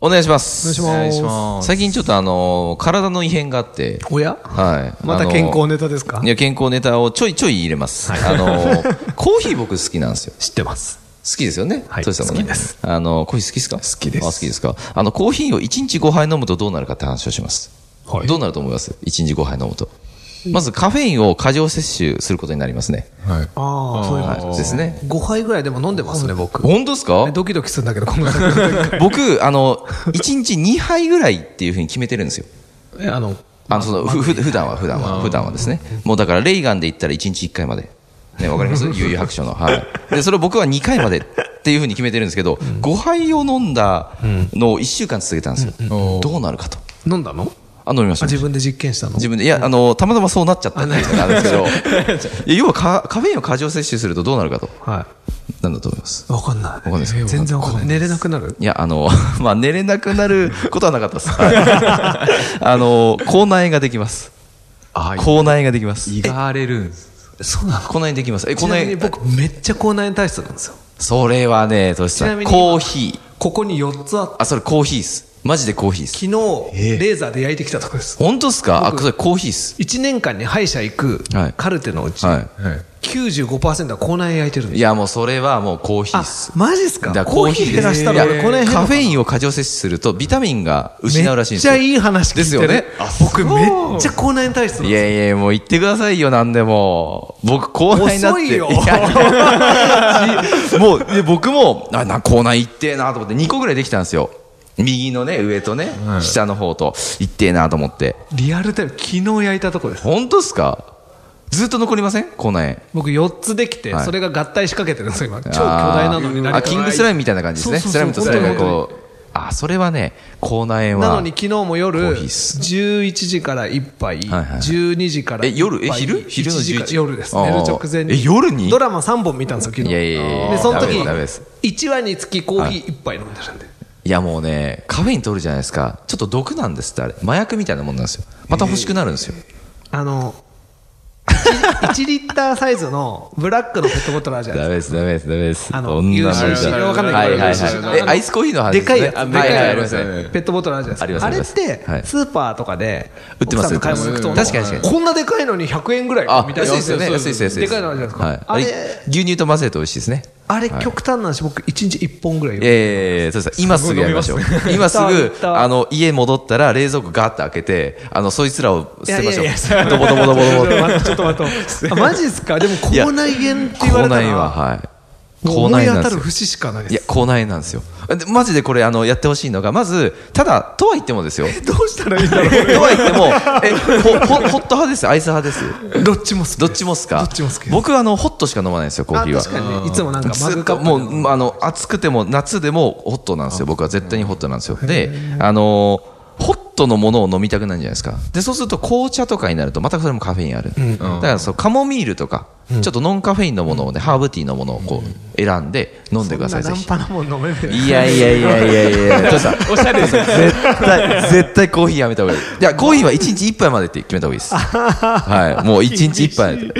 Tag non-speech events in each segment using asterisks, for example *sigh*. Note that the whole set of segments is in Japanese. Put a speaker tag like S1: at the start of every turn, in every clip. S1: お願いします。
S2: お願いします
S1: 最近ちょっとあの、体の異変があって、
S2: おや
S1: はい。
S2: ま
S1: あ
S2: た
S1: の
S2: 健康ネタですか
S1: いや、健康ネタをちょいちょい入れます。あの、コーヒー僕好きなんですよ。
S2: 知ってます。
S1: 好きですよね。
S2: はい
S1: トシさんもね
S2: 好きです。
S1: あの、コーヒー好きですか好
S2: きです
S1: あ、好きですか。あの、コーヒーを1日5杯飲むとどうなるかって話をします。
S2: はい
S1: どうなると思います ?1 日5杯飲むと。まずカフェインを過剰摂取することになりますね。
S3: はい。
S2: ああ、そういう
S1: はい。ですね。
S2: 5杯ぐらいでも飲んでますね、僕。
S1: 本当ですか
S2: ねドキドキするんだけど、この *laughs* 先
S1: 僕、あの、1日2杯ぐらいっていうふうに決めてるんですよ。
S2: えあの、
S1: あのそのふふ普段は普段は普段はですね、もうだからレイガンで言ったら1日1回まで、ね、わかります、悠々白書の、はい、でそれを僕は2回までっていうふうに決めてるんですけど、5杯を飲んだのを1週間続けたんですよ、
S3: うん
S1: どうなるかと、
S2: 飲んだの
S1: あ飲みまし
S2: あ
S1: た、
S2: 自分で実験したの
S1: 自分で、いや、あのたまたまそうなっちゃったっていうのがあるんですけど、いや要はカカフェインを過剰摂取するとどうなるかと、
S2: は
S1: なんだと思います
S2: い。。わかんない。
S1: かんないです
S2: 全然わかんない。寝れなくなる
S1: いや、あの、 *laughs* まあ、寝れなくなることはなかったです。はいあの、口内炎ができます。
S3: あ
S1: 口内炎ができます。
S3: がれるんです。
S2: そうなの
S1: 口内炎できます。え、
S2: ち
S1: 口
S2: な
S1: 内
S2: みに
S1: 炎。
S2: 僕、めっちゃ口内炎体質なんですよ。
S1: それはね、トシ
S2: ち
S1: さ、
S2: なんみに
S1: コーヒー。
S2: ここに4つあって、
S1: あ、それコーヒーっす。マジでコーヒーっす。
S2: 昨日、レーザーで焼いてきたとこです。
S1: 本当っすかあ、
S2: 僕
S1: それコーヒーっす。
S2: 1年間に歯医者行く
S1: はい
S2: カルテのうち、
S1: は
S3: はい。
S2: 95%は口内炎焼いてるん
S1: い。
S2: で
S1: い
S2: す
S1: や、もうそれはもうコーヒーっす。
S2: マジっすか
S1: だら
S2: コーヒー減らしたら
S1: いや
S2: 俺この辺
S1: カフェインを過剰摂取するとビタミンが失うらしいんで
S2: め
S1: す
S2: っち
S1: よ。
S2: ゃいい話聞いてる
S1: ですよね。
S2: 僕めっちゃ口内炎体質なん
S1: い
S2: ですよ
S1: やいや、もう言ってくださいよ、なんでも。僕、口内になって。
S2: 遅いよ
S1: やいやじもう、で僕も、あ、な、口内行ってえなと思って、2個ぐらいできたんですよ。右のね、上とね、
S3: はい
S1: 下の方と、行ってえなと思って。
S2: リアルタイム昨日焼いたとこです
S1: 本当っすかずっと残りません口内
S2: 僕4つできて、
S1: はい
S2: それが合体しかけてるんですよ今
S1: 炎。
S2: 超巨大なのに
S1: あー
S2: 何
S1: あ、
S2: か
S1: キングスライムみたいな感じですね。
S2: そう
S1: ス
S2: そう
S1: ライ
S2: そう
S1: ムとスライムが
S2: 本
S1: こう。あ、それはね、口内炎は。
S2: なのに昨日も夜
S1: コーヒーっす
S2: 11時から1杯、
S1: はいはい
S2: 12時から
S1: え、夜え、
S2: 一杯
S1: 昼昼の
S2: 1時か
S1: 11
S2: ら夜です寝る直前に
S1: あーえ、夜に
S2: ドラマ3本見たんですよ昨日
S1: いやいやいやいや
S2: でその
S1: ダ
S2: 時
S1: メですダメです
S2: 1話につきコーヒー1杯飲んでるんで、
S1: いやもうね、カフェイン取るじゃないですか。ちょっと毒なんですってあれ。麻薬みたいなもんなんですよ。また欲しくなるんですよ。
S2: あの1リッターサイズのブラックのペットボトルあるじゃないですか
S1: ダメです、ダメです、ダメです。
S2: あの
S1: そんなもんじゃ
S2: UCC わかんないけど
S1: はいはい
S2: UCC
S1: はい。え、アイスコーヒーの話
S2: でかいや
S1: ね
S2: つ、
S1: あ
S2: でかい
S1: はいはいあり
S2: や
S1: ます
S2: つ、
S1: ね。
S2: ペットボトルあるじゃないですか。
S1: あ
S2: あ
S1: り
S2: れっ
S1: ます
S2: て
S1: は、い
S2: スーパーとかで、
S1: 売ってます
S2: 奥さんと買い物行くと、
S1: 売ってます確かに確か
S2: こんなでかいのに100円ぐらい
S1: あ、
S2: みたい
S1: 安
S2: な。
S1: いですよね。安いです、安い
S2: でかいのあるじゃないですか。あ
S1: はい
S2: れ、
S1: 牛乳と混ぜると美味しいですね。
S2: あれ極端な話、僕1日1本ぐらいよ。
S1: ええ、そうです。今すぐやりましょう。今す
S2: *laughs* 行っ
S1: ぐ、
S2: た
S1: あの、家戻ったら冷蔵庫ガーッと開けて、あの、そいつらを捨てましょ。
S2: いやいやいう
S1: ドボドボドボドボ。
S2: *laughs* ちょっと待って。あマジですかでも、
S1: いや
S2: 口内炎って言
S1: 口
S2: われた
S1: 内炎は、
S2: ら、
S1: はい。
S2: もう思い
S1: なんで
S2: 当た
S1: す
S2: る
S1: よ
S2: 節しかない
S1: い
S2: で
S1: や、
S2: す。
S1: 口内炎なんですよ。でマジでこれ、あの、やってほしいのが、まず、ただ、とは言ってもですよ。
S2: どうしたらいいんだろ
S1: とは言っても、え、ほ、ほ、ホット派です、アイス派です。
S2: う。どっちも好き。
S1: どっちもっすか
S2: どっちも好きです
S1: 僕、あの、ホットしか飲まないんです *laughs* よ、コー
S2: あ
S1: ヒーは。
S2: 確かにね、いつもなんかマ
S1: ずっ
S2: グカ
S1: と
S2: ップで
S1: もう、うんあの、暑くても、夏でも、ホットなんですよ。僕は絶対にホットなんですよ。で、あのー、ホットのものを飲みたくなるんじゃないですか。で、そうすると紅茶とかになると、またそれもカフェインある。だから、そう、カモミールとか、ちょっとノンカフェインのものをね、ハーブティーのものをこう、選んで飲んでください、
S2: そ
S1: ぜ
S2: んなナン
S1: ひ。
S2: パなもん飲める。
S1: いやいやいやいやいや、おしゃれです絶対、絶対コーヒーやめた方がいい。いや、コーヒーは1日1杯までって決めた方がいいです。はい、もう1日1杯で。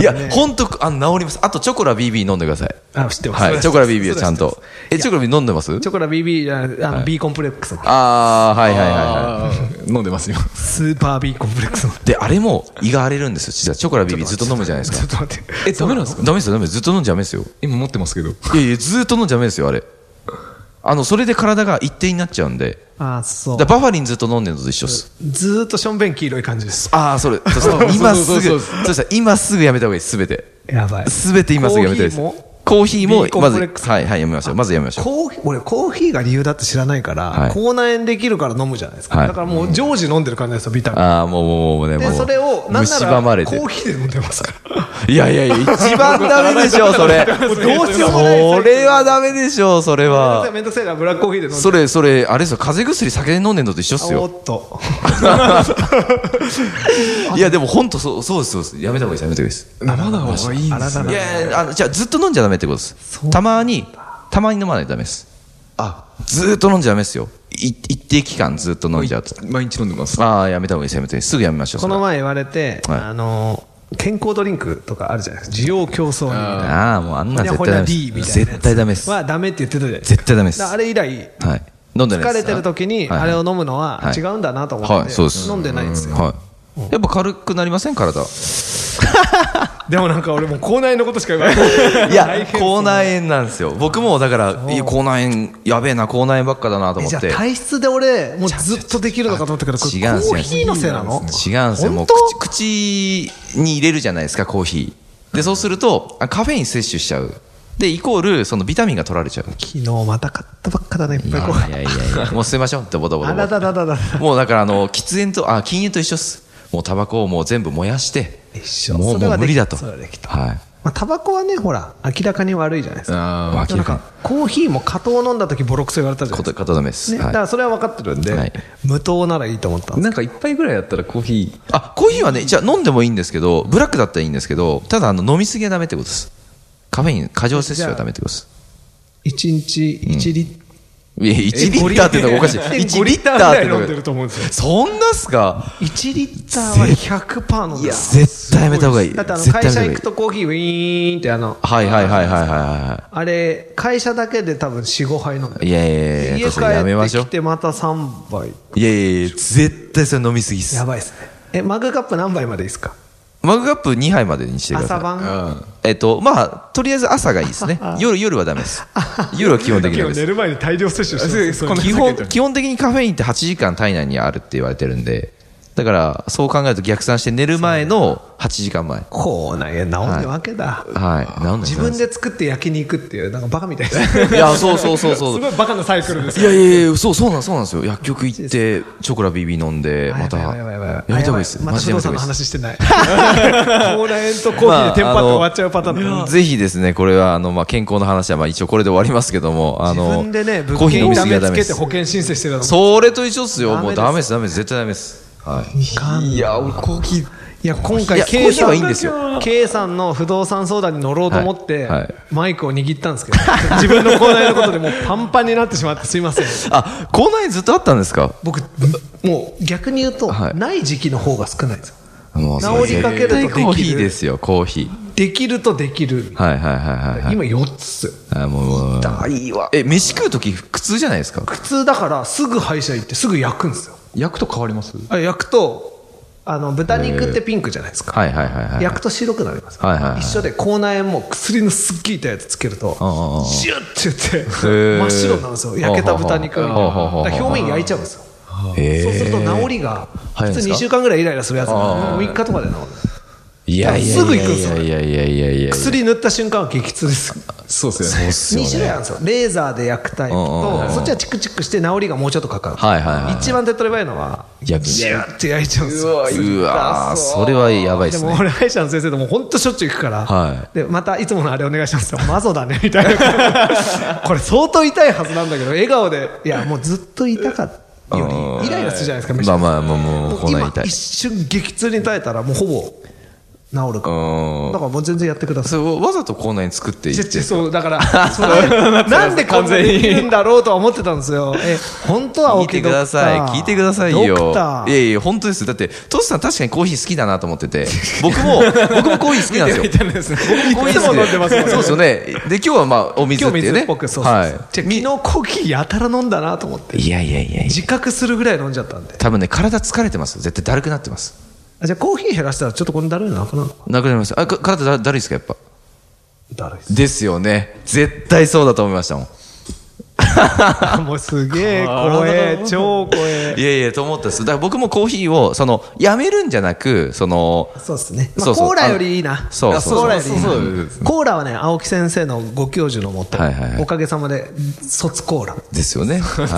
S1: いや、本当あの、治ります。あと、チョコラ BB 飲んでください。
S2: あ、知ってます。
S1: はい、チョコラ BB をちゃんと。え、チョコラ BB 飲んでます
S2: チョコラ BB じゃないあの、B コンプレックスの
S1: あー、はいはいはいは
S3: はい。 *laughs* 飲んでますよ。
S2: スーパー B コンプレックスの
S1: い。で、あれも胃が荒れるんですよ。実はチョコラ BB ずっと飲むじゃないです
S2: ちょ
S1: か
S2: っ。と待って
S3: え、ダメなんですか
S1: ダメですよ、ダメです。ずっと飲んじゃダメですよ。
S3: 今持ってますけど。
S1: いやいや、ずっと飲んじゃダメですよ、あれ。あの、それで体が一定になっちゃうんで。
S2: あそう
S1: だからバファリンずっと飲んでるのと一緒っす。
S2: ずーっとしょんべん黄色い感じです
S1: ああ、それ。そう
S2: *laughs*
S1: そう今す
S3: そう
S1: ぐ、
S3: そ
S1: そう
S3: そう
S1: う
S3: そ
S1: そう今すぐやめた方がいいです、すべて。
S2: やばい
S1: すべて今すぐやめた方がいいです。コーヒー
S2: ビー
S1: も、
S2: コ
S1: ま
S2: ンプ
S1: ず、
S2: レックス
S1: はい、はい、やめましょう。まずやめましょう。
S2: コーヒー俺コーヒーが理由だって知らないから、
S1: はい
S2: 口内炎できるから飲むじゃないですか、
S1: はい
S2: だからもう常時飲んでる感じですよビタミン
S1: ああ、もう、もう、もうね、
S2: で
S1: もう、
S2: それをなんな
S1: 蝕まれ
S2: らコ
S1: て。
S2: ーヒーで飲んでますから
S1: いやいやいや、一番ダメでしょ、それ。ど
S2: うしようもない
S1: それはダメでしょ、それは。
S2: めんどくせえからブラックコーヒーで飲んで
S1: それ、それ、あれですよ、風邪薬酒で飲んでんのと一緒っす
S2: あお
S1: よ。
S2: っと
S1: いや、でも本当そう、そうです、そうです。やめた方がいいです、やめた方がいいです。
S3: 生の方がいいんです
S2: あらら
S3: ね
S1: いやいやあのじゃあずっと飲んじゃダメってことですたまにたまに飲まないとダメです
S3: あ
S1: ずーっと飲んじゃダメですよい一定期間ずっと飲んじゃうと
S3: 毎日飲んでます
S1: ああやめた方がいいですやめてすぐやめましょう
S2: この
S1: それ
S2: 前言われて、
S1: はい
S2: あの健康ドリンクとかあるじゃないですか需要競争にみたいな
S1: ああもうあんなん絶
S2: ほ
S1: 対
S2: に
S1: ダ
S2: ゃほにゃ
S1: メ
S2: D みたい
S1: で
S2: な
S1: す絶対ダメですは
S2: はダメって言ってたじゃないですか
S1: 絶対ダメです
S2: だからあれ以来
S1: い飲んでない
S2: 疲
S1: で
S2: れ
S1: す
S2: てる時に
S1: はい
S2: あれを飲むのは
S1: はい
S2: 違うんだなと思
S1: は
S2: っ
S1: い
S2: て
S1: そうです
S2: 飲んでないんですよ
S1: はいやっぱ軽くなりません体
S2: でもなんか俺もう口内のことしか言わない *laughs*
S1: いや口内炎なんですよ僕もだからいや口内炎やべえな口内炎ばっかだなと思
S2: えじゃ
S1: っ
S2: あ
S1: て
S2: 体質で俺もうずっとできるのかと思ったけどこれ
S1: 違うんですよ
S2: コーヒーのせいなの
S1: 違うんですよもう
S2: 本当
S1: 口口に入れるじゃないですかコーヒーでそうするとあカフェイン摂取しちゃうでイコールそのビタミンが取られちゃう
S2: 昨日また買ったばっかだねいっ
S1: い
S2: ぱい
S1: や
S2: こ
S1: いうやいやいやもう捨てましょうってボタボタ
S2: あら
S1: ボ
S2: だ
S1: タ
S2: だだだ
S1: もうだからあの喫煙とあ禁煙と一緒っすもうタバコをもう全部燃やして
S2: 一緒
S1: もう
S2: それ
S1: も
S2: は
S1: う無
S2: でき
S1: 理だと
S2: それはできた
S1: はい
S2: まあタバコはねほら明らかに悪いじゃないですか
S3: あ
S1: わ
S3: あ
S1: 明ら
S2: な
S1: か
S2: んかコーヒーも加糖飲んだ時ボロクソ言われたじ
S1: に
S2: ゃない
S1: こと
S2: ですか
S1: 片めです、
S2: ねだか
S1: はい
S2: らそれは分かってるんで
S1: はい
S2: 無糖ならいいと思ったんです
S3: なんか一杯ぐらいだったらコーヒ
S1: あコーヒーはねじゃあ飲んでもいいんですけどブラックだったらいいんですけどただあの飲みすぎはダメってことですカフェイン過剰摂取はダメってことです
S2: 1日1リット
S1: いや、1リッターってのがおかしい。1
S2: 1
S1: リ
S2: リ
S1: ッ
S2: ッ
S1: タ
S2: ター
S1: ーって
S2: ぐらい
S1: の
S2: 飲
S1: が
S2: んでると思うんですよ
S1: そんなっすか
S2: 1リッターは100%飲んでる
S1: 絶対やめた方がいい。
S2: だってあの
S1: 絶対
S2: 会
S1: やめた方がい
S2: 社行
S1: い
S2: くとコーヒーウィーンってあの
S1: はいはいはいはいはいは
S2: あれ会社だけで多分45杯飲んで
S1: い。いやいやいやい
S2: 家
S1: や、
S2: 帰
S1: それやめま
S2: っ
S1: しょう
S2: てき。てまた3杯
S1: いやいやいや、絶対それ飲みすぎっす
S2: や。ばいですねえマグカップ何杯までいいですか
S1: マグカップ2杯までにしてくだ
S2: 朝
S1: さい。
S3: ー
S2: 晩
S3: あ
S1: えっと、まあ、とりあえず朝がいいです *laughs* ね。夜、夜はダメ *laughs* です。夜は基本的にダメです。
S2: る前に大量摂取して
S3: る
S1: 基本、基本的にカフェインって8時間体内にあるって言われてるんで、だから、そう考えると逆算して寝る前の8時間前。
S2: こうなんや治んねわけだ
S1: はい。なんで
S2: 自分で作って焼き肉っていうなんかバカみたいな
S1: *laughs* いや、そうそうそうそう。
S2: いバカなサイクルで
S1: いやいやいや、そうそうなんそうなんですよ。薬局行って、チョコラ BB 飲んで、また、
S2: やばいやばい
S1: や
S2: や
S1: り
S2: ばい
S1: たいがいいです。
S2: また
S1: マジ
S2: 不
S1: でや
S2: 動
S1: りた
S2: 産
S1: いが
S2: の
S1: いいです。
S2: 話し
S1: *laughs*
S2: てない。コーラ円とコーヒーでテンパって終わっちゃうパターンだ
S1: まああのぜひですね、これは、あの、まあ、健康の話は、まあ、一応これで終わりますけども、あ
S2: 自
S1: の、
S2: 分でね、
S1: コ
S2: 物
S1: ーヒー飲
S2: 件
S1: みす
S2: 痛
S1: ぎは
S2: め
S1: ダ
S2: つ
S1: メで
S2: け
S1: す
S2: て保。険申請してるの。
S1: それと一緒っすよ。もうダ
S2: ダ
S1: メ
S2: メ
S1: で、
S2: です
S1: ダメです。絶対ダメです。はい。
S2: いかん
S3: いや俺コーヒー
S2: いや、今
S1: い
S2: 回、
S1: や
S2: K
S1: コーヒー
S2: さ
S1: はい
S2: ん
S1: いんですよ
S2: K さんの不動産相談に乗ろうと思って、
S1: はいはい
S2: マイクを握ったんですけど、自分のコーナーのことでもうパンパンになってしまって、すいません。
S1: あ、口内炎ずっとあったんですか
S2: 僕、もう逆に言うと、
S1: はい
S2: ない時期の方が少ないんですよ。
S1: もうそれ
S2: 治りかけるとできる
S1: 絶対コーヒーですよ、コーヒー。
S2: できるとできる。
S1: はいはいはいはいはい。
S2: 今4つっすよ。
S1: あ、もうもう、
S2: いわ。
S1: え、飯食うとき苦痛じゃないですか
S2: 苦痛だから、すぐ歯医者行って、すぐ焼くんですよ。
S3: 焼くと変わります
S2: あ焼くと、あの、豚肉ってピンクじゃないですか。
S1: はいはいはいはい。
S2: 焼くと白くなります。
S1: はいはいはい
S2: 一緒で、口内炎も薬のすっきりたやつつけると、
S1: うんうんうん
S2: シュッて言って、
S1: ー
S2: 真っ白になるんですよ。焼けた豚肉が。だ
S1: ほうほうほうほう
S2: から表面焼いちゃうんですよ。
S1: へー
S2: そうすると治りが、
S1: 早い
S2: 普
S1: んですか
S2: 通2週間ぐらいイライラするやつが、もう3日とかで治る。
S1: いやいやいやいや
S2: すぐ行くんですよ
S1: いやいやいやいやいや。
S2: 薬塗った瞬間は激痛です。
S3: そうですよね
S2: 2種類あるんですよ。レーザーで焼くタイプ
S1: うんうんう
S2: と
S1: ん、
S2: そっちはチクチクして治りがもうちょっとかかる。
S1: はいはいはい
S2: 一番手っ取り早いのは、
S1: いや
S2: シュッて焼いちゃうんですよ。
S1: うわーそれはやばいで
S2: ですも
S1: ね。
S2: 俺、歯医者の先生とも本当しょっちゅう行くから、
S1: は
S2: でまたいつものあれお願いしますってマゾだねみたい
S1: *laughs*
S2: な、これ、相当痛いはずなんだけど、笑顔で、いや、もうずっと痛かったより、イライラするじゃないですか、飯
S1: まあまあまあもう、
S2: も
S1: こ
S2: うん
S1: な
S2: 今
S1: 痛い
S2: 一。瞬激痛に耐えたら、もうほぼ治るから、
S1: うん
S2: だからもう全然やってください。
S1: それわざとこんなに作っていっ
S2: ち
S1: て
S2: ょ。ちょそうだから、それなんでこんなにできるんだろうとは思ってたんですよ。え、本当は
S1: 聞い
S2: OK
S1: てください。聞いてください
S2: ド
S1: よ
S2: クタ。
S1: い
S2: ー。
S1: やいや、本当です。だって、トシさん確かにコーヒー好きだなと思って *laughs* て、僕も、僕もコーヒー好きなんですよ。僕もコーヒー好きで
S2: いつも飲んでますもんね
S1: そうですよね。で、今日はまあ、お水
S2: 今
S1: っ
S2: 日
S1: ていう
S2: 水
S1: ね。
S2: っぽく、そうそうそう。
S1: は
S2: じゃあ昨日コーヒーやたら飲んだなと思って
S1: い。。いやいやいやいや。
S2: 自覚するぐらい飲んじゃったんで。
S1: 多分ね、体疲れてますよ。絶対だるくなってます。
S2: あじゃあコーヒー減らしたらちょっとこのだるいのなくなるの
S1: なくなりました。あ、か体だだるいですか、やっぱ。
S2: だるいです。
S1: ですよね。絶対そうだと思いましたもん。
S2: もうすげえ怖え超怖え
S1: いやいや、と思ったんです。だから僕もコーヒーを、その、やめるんじゃなく、その、
S2: そうですね、ま
S1: そ
S2: あ、
S1: うそう
S2: コーラよりいいな
S1: そうそう
S2: コーラよりいいな
S3: そうそうそう
S2: コーラはね青木先生のご教授のもと、
S1: はいはいはい
S2: おかげさまで卒コーラ
S1: ですよね。はい。
S2: 卒コ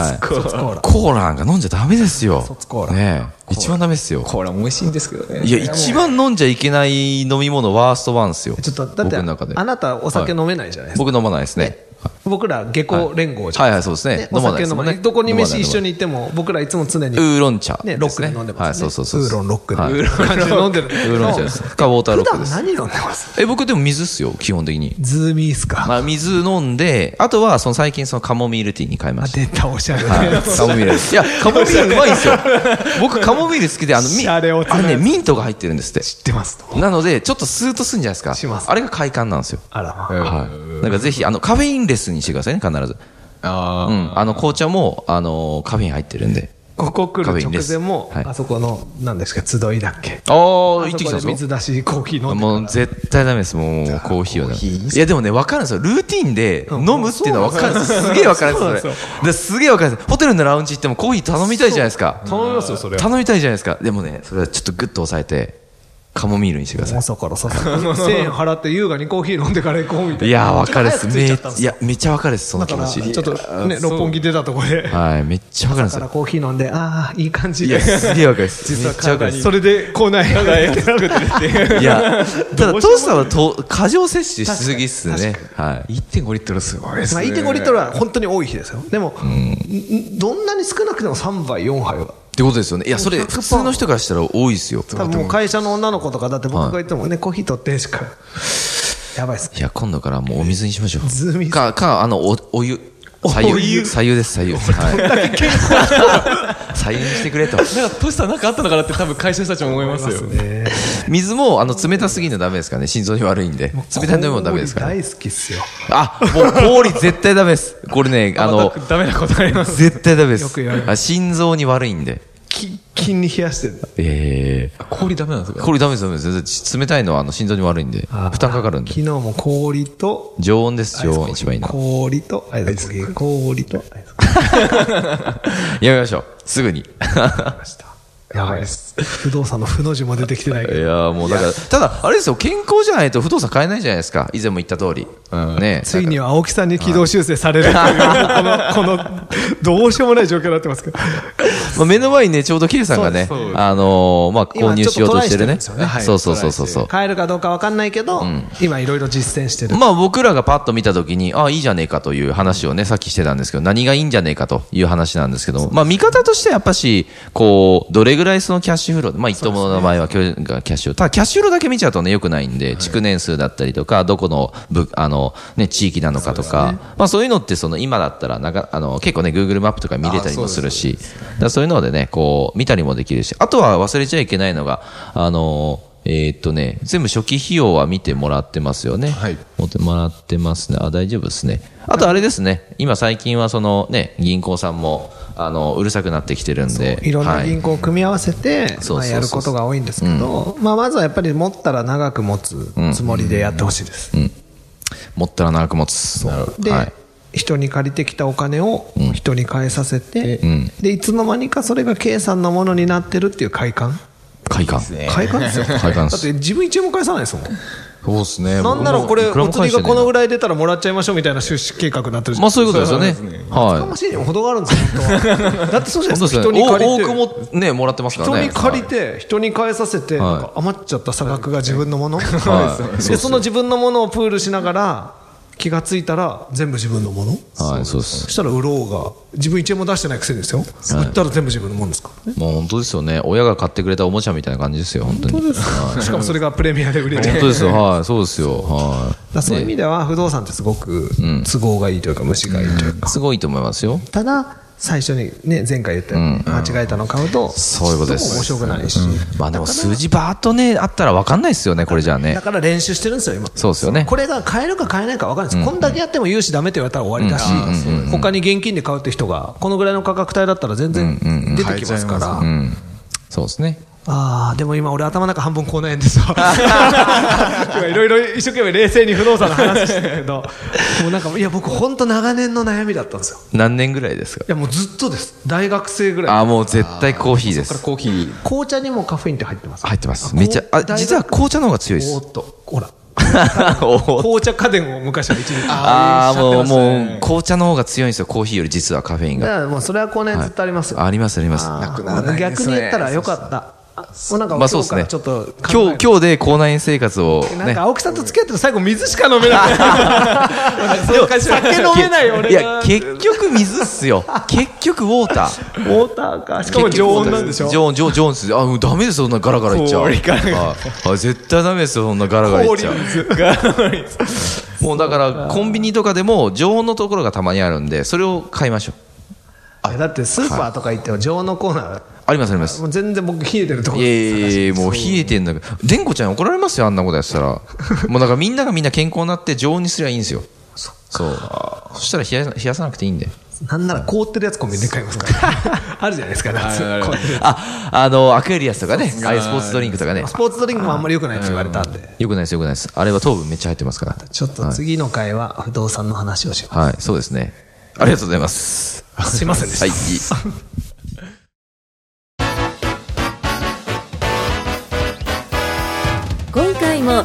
S2: ーラ
S1: コーラなんか飲んじゃダメですよ。
S2: 卒コーラ
S1: ねえ一番ダメですよ。
S3: コーラも美味しいんですけどね。
S1: いや、一番飲んじゃいけない飲み物、ワーストワンですよ。
S2: ちょっとだって
S1: 僕の中で。
S2: あなたお酒飲めないじゃないですか、
S1: 僕飲まないですね。
S2: 僕ら下校連合じゃ
S1: は
S2: ないい
S1: は
S2: で
S1: い、
S2: す
S1: そうですね。
S2: か、
S1: 飲まない
S2: お酒
S1: です
S2: 飲
S1: も
S2: ま
S1: ん
S2: な
S1: ね。
S2: いどこに飯一緒
S1: に。
S2: に行っても僕らいつも常に
S1: ウーロン茶。
S2: ね、ロックで飲んでます
S1: は
S2: ね。
S1: い、そうそうそう。
S2: ウーロンロックで。
S1: はい
S2: ウーロン感じで飲んでるんだけど。
S1: ウーロン茶ですカウォーターロックです
S2: *laughs* 普段何飲んでます
S1: え、僕でも水っすよ、基本的に。
S2: ズーミーっす
S1: *laughs*
S2: か。
S1: まあ、水飲んで、あとは、その最近、そのカモミールティーに変えま
S2: あ、
S1: した。
S2: 出た、おしゃれな
S1: はい
S2: やつ。
S1: カモミール。いや、カモミールうまいんですよ。僕、カモミール好きで、あの、み
S2: シャレオツな
S1: あれね、ミントが入ってるんですって。
S2: 知ってますと。
S1: なので、ちょっとスーッとするんじゃないですか。
S2: します
S1: あれが快感なんですよ。
S2: あらまあ。
S1: はい。なんかぜひ、あの、カフェインレスにしてくださいね、必ず。
S3: あ
S1: う
S3: ー
S1: ん。あの、紅茶も、あの、カフェイン入ってるんで。
S2: ここ来る
S1: カフェインレ
S2: 直
S1: ス
S2: 前も、
S1: はい
S2: あそこの、何ですか、集いだっけ。
S1: ああ、行
S2: あ
S1: って
S2: そ
S1: き
S2: こ
S1: た
S2: で
S1: んです
S2: 水出し、コーヒー飲んでか
S1: *laughs*
S2: ら。
S1: もう絶対ダメです。もうコーヒーはダメ。
S3: コーヒーいいっす
S1: いやでもね、わかるんですよ。ルーティンで
S2: ん
S1: 飲むっていうのはわかるんですよ。すげえわかるんです
S2: そ
S1: よ
S2: うなんで。
S1: それですげえわかるんです。ホテルのラウンジ行ってもコーヒー頼みたいじゃないですか。
S2: 頼みますよ、それは。
S1: 頼みたいじゃないですか。でもね、それはちょっとグッと抑えて、カモミールにしてください。
S2: 朝からさ、1000円払って優雅にコーヒー飲んでから行こうみたいな。
S1: いやー、わかるです。め
S2: 早く着いちゃ
S1: い
S2: ったんですよ
S1: や、めっちゃわかるです、その
S2: だ
S1: 気
S2: から、
S1: 持
S2: ち
S1: ち。
S2: ょっとね、六本木出たとこで、
S1: はい、めっちゃわかるんです
S2: 朝から
S1: よ。
S2: コーヒー飲んで、ああ、いい感じ
S1: いや、すげえわかるで
S2: *laughs*
S1: す。めっちゃわかるです
S2: それで、こうない。
S1: いや、ただ、トースターはと過剰摂取しすぎっすね。はい。
S3: 1.5リットルすごいです
S2: まあ、
S3: ね。
S2: 1.5リットルは本当に多い日ですよ。でも、んどんなに少なくても3杯、4杯は。
S1: ってことですよね。いや、それ、
S2: 100%
S1: 普通の人からしたら多いですよ。
S2: 多分もう会社の女の子とかだって僕が言ってもね、コーヒー取ってしか。やばいっす。
S1: いや、今度からもうお水にしましょう。
S2: ズミ
S1: か、か、あの、お、お湯。左
S2: お
S1: 右。
S2: 湯
S1: 左右です、左右。はい。左右にしてくれと。
S3: なんか、トシさんなんかあったのかなって多分会社の人たちも思いますよ。
S1: 水も、あの、冷たすぎるのダメですからね。心臓に悪いんで。冷たいのもダメですから。
S2: 氷大好きっすよ。
S1: あ、もう氷絶対ダメです。これね、あの、
S3: ダメなことあります。
S1: 絶対ダメで
S2: よく言われ
S1: す。
S2: る
S1: あ心臓に悪いんで。
S2: き、筋に冷やしてる。
S1: ええ
S3: 氷ダメなんですか
S1: 氷ダメです、ダメです。冷たいのは、あの、心臓に悪いんで。負担かかるんで
S2: 昨。日も氷と、
S1: 常温です、常温。一番いいの。
S2: 氷と、アイスコーヒー氷と、アイスコー
S1: やめましょう。すぐに。
S2: ヒーでした。やばいです。不動産の負の字も出てきてないけ
S1: い
S2: ど。
S1: やーもうだから、ただ、あれですよ、健康じゃないと不動産買えないじゃないですか。以前も言った通り。ねえ
S2: ついには青木さんに軌道修正されるという、 *laughs* この、この、どうしようもない状況になってますけど。
S1: まあ、目の前にね、ちょうど K さんがね、あのー、まあ、購入しようとしてるね。
S2: 今ちょっとトライしてるんですよね
S3: はい
S1: そうそうそうそうそう。
S2: 買えるかどうかわかんないけど、今いろいろ実践してる。
S1: まあ僕らがパッと見たときに、ああ、いいじゃねえかという話をね、さっきしてたんですけど、何がいいんじゃねえかという話なんですけど、まあ見方としてはやっぱし、こう、どれぐらいそのキャッシュフロー、まあ一等物の場合は巨人がキャッシュフロー、ただキャッシュフローだけ見ちゃうとね、良くないんで、築年数だったりとか、どこの部、あの、ね、地域なのかとか、まあそういうのってその今だったら、なんか、あの、結構ね、Google マップとか見れたりもするし、だからそういうのでね、こう、見たりもできるし、あとは忘れちゃいけないのが、あの、えーっとね、全部初期費用は見てもらってますよね。
S3: はい
S1: 持ってもらってますね。あ、大丈夫ですね。あとあれですね。今最近はそのね、銀行さんも、あの、うるさくなってきてるんで。
S2: いろんな銀行を組み合わせて、
S1: そうそうそう
S2: まあ、やることが多いんですけど、まあ、まずはやっぱり持ったら長く持つつもりでやってほしいです。
S1: はい持ったら長く持つ。なるほど
S2: で、
S1: はい。
S2: 人に借りてきたお金を人に返させて、
S1: ん
S2: でいつの間にかそれが K さんのものになってるっていう快感
S1: 快感。
S2: 快感ですよ
S1: *laughs* 快感で
S2: だっ
S1: す。
S2: て自分一円も返さないですもん、
S3: そうですね
S2: なんならこれ
S1: いくら
S2: お
S1: も
S2: 釣
S1: 返
S2: り
S1: して
S2: が
S1: ね
S2: このぐらい出たらもらっちゃいましょうみたいな出資計画になってるじゃん
S1: まあそういうことですよね。
S2: かも
S1: はい。
S2: しれないほどがあるんですよ本当はだってそうじゃない
S1: 本当です
S2: で
S1: すよ
S2: か人に
S1: ね。
S2: 借
S1: お
S2: り
S1: 多
S2: て
S1: くもね、もらってますから
S2: 人
S1: ね。
S2: に借りて、人に返させて、
S1: はい
S2: なんか余っちゃった差額が自分のもの、
S1: はい
S2: でその自分のものをプールしながら、気がついたら、全部自分のもの、
S1: はい。はい、そうで
S2: そ
S1: す。
S2: したら売ろうが、自分1円も出してないくせにですよ、売ったら全部自分のものですからね、
S1: もう本当ですよね。親が買ってくれたおもちゃみたいな感じですよ、本当に。本当です
S2: しかもそれがプレミアで売れて、
S1: 本
S2: だ
S1: 当
S2: か
S1: ですよ。はい。そうですよ。は
S2: らそういう意味では、不動産ってすごく都合がいいというか、虫がいいというか、
S1: い。すごいと思いますよ。
S2: ただ、最初にね、前回言ったように、間違えたの買うと、
S1: そういうことです
S2: ども面白くないし、
S1: まあでも数字バーっとね、あったら分かんないですよね、これじゃあね
S2: だ。から練習してるんですよ、今。
S1: そうですよね。
S2: これが買えるか買えないか分かんないです、こんだけやっても融資ダメって言われたら終わりだし、他に現金で買うって人が、このぐらいの価格帯だったら全然出てきますから、
S1: そうですね。
S2: ああでも今俺頭の中半分口内炎ですわ *laughs* 今日いろいろ一生懸命冷静に不動産の話してたけ *laughs* どもうなんかいや僕本当長年の悩みだったんですよ
S1: 何年ぐらいですか
S2: いやもうずっとです大学生ぐらい
S1: あもう絶対コーヒーです
S3: コーヒー。
S2: 紅茶にもカフェインって入ってます
S1: 入ってます
S2: あ
S1: めっちゃ
S2: こう
S1: あ実は紅茶の方が強いで
S2: お
S1: す
S2: ーっとほら
S1: お
S2: 紅茶家電を昔は一日
S1: *laughs* ああもう
S3: ね
S1: もう紅茶の方が強いんですよコーヒーより実はカフェイン
S2: だ
S1: が
S2: からもうそれは後年ずっとありますよ、
S1: ありますあります
S2: あー
S3: くならないです
S2: 逆
S3: ね
S2: に言ったらよかったあもうなんか
S1: まあそう
S2: 今
S1: で
S2: 日
S1: す
S2: から
S1: ね
S2: ちょっと考え
S1: 今日今日で口内炎生活を
S2: なん
S1: ね
S2: か青木さんと付き合ってる最後水しか飲めない *laughs* 酒飲めない俺が
S1: いや結局水っす
S2: *laughs*
S1: よ結局ウォーター
S2: ウォーターかしかも
S1: 結
S2: 常
S1: 局
S2: 温なんでしょ
S1: 常温常温常温ですあもうダメですよそんなガラガラいっちゃう
S3: 氷ガラガラ
S1: はいあ絶対ダメですよそんなガラガラいっちゃうもうだからコンビニとかでも常温のところがたまにあるんでそれを買いましょう
S2: あだってスーパーとか行っても常温のコーナー、
S1: ありますあります
S2: もう全然僕冷えてるとこ
S1: い
S2: ろ
S1: やいやいやもう冷えてんだけど、でんこちゃん怒られますよ、あんなことやってたら。もうだからみんながみんな健康になって常温にすりゃいいんですよ。そう。そしたら冷や冷やさなくていいんで。
S2: なんなら凍ってるやつコンビニで買いますからあるじゃないですか夏
S3: はいはいは
S2: 凍
S3: い
S2: ってるや
S1: あ、あの、アクエリアスとかね、ああいうスポーツドリンクとかね
S2: つス。ポーツドリンクもあんまり良くないって言われたんで
S1: よくないですよくないです。あれは糖分めっちゃ入ってますから。
S2: ちょっと次の回は不動産の話をしよ
S1: はい、そうですね。ありがとうございます。
S2: うすいませんでした
S1: はい。
S4: 今回も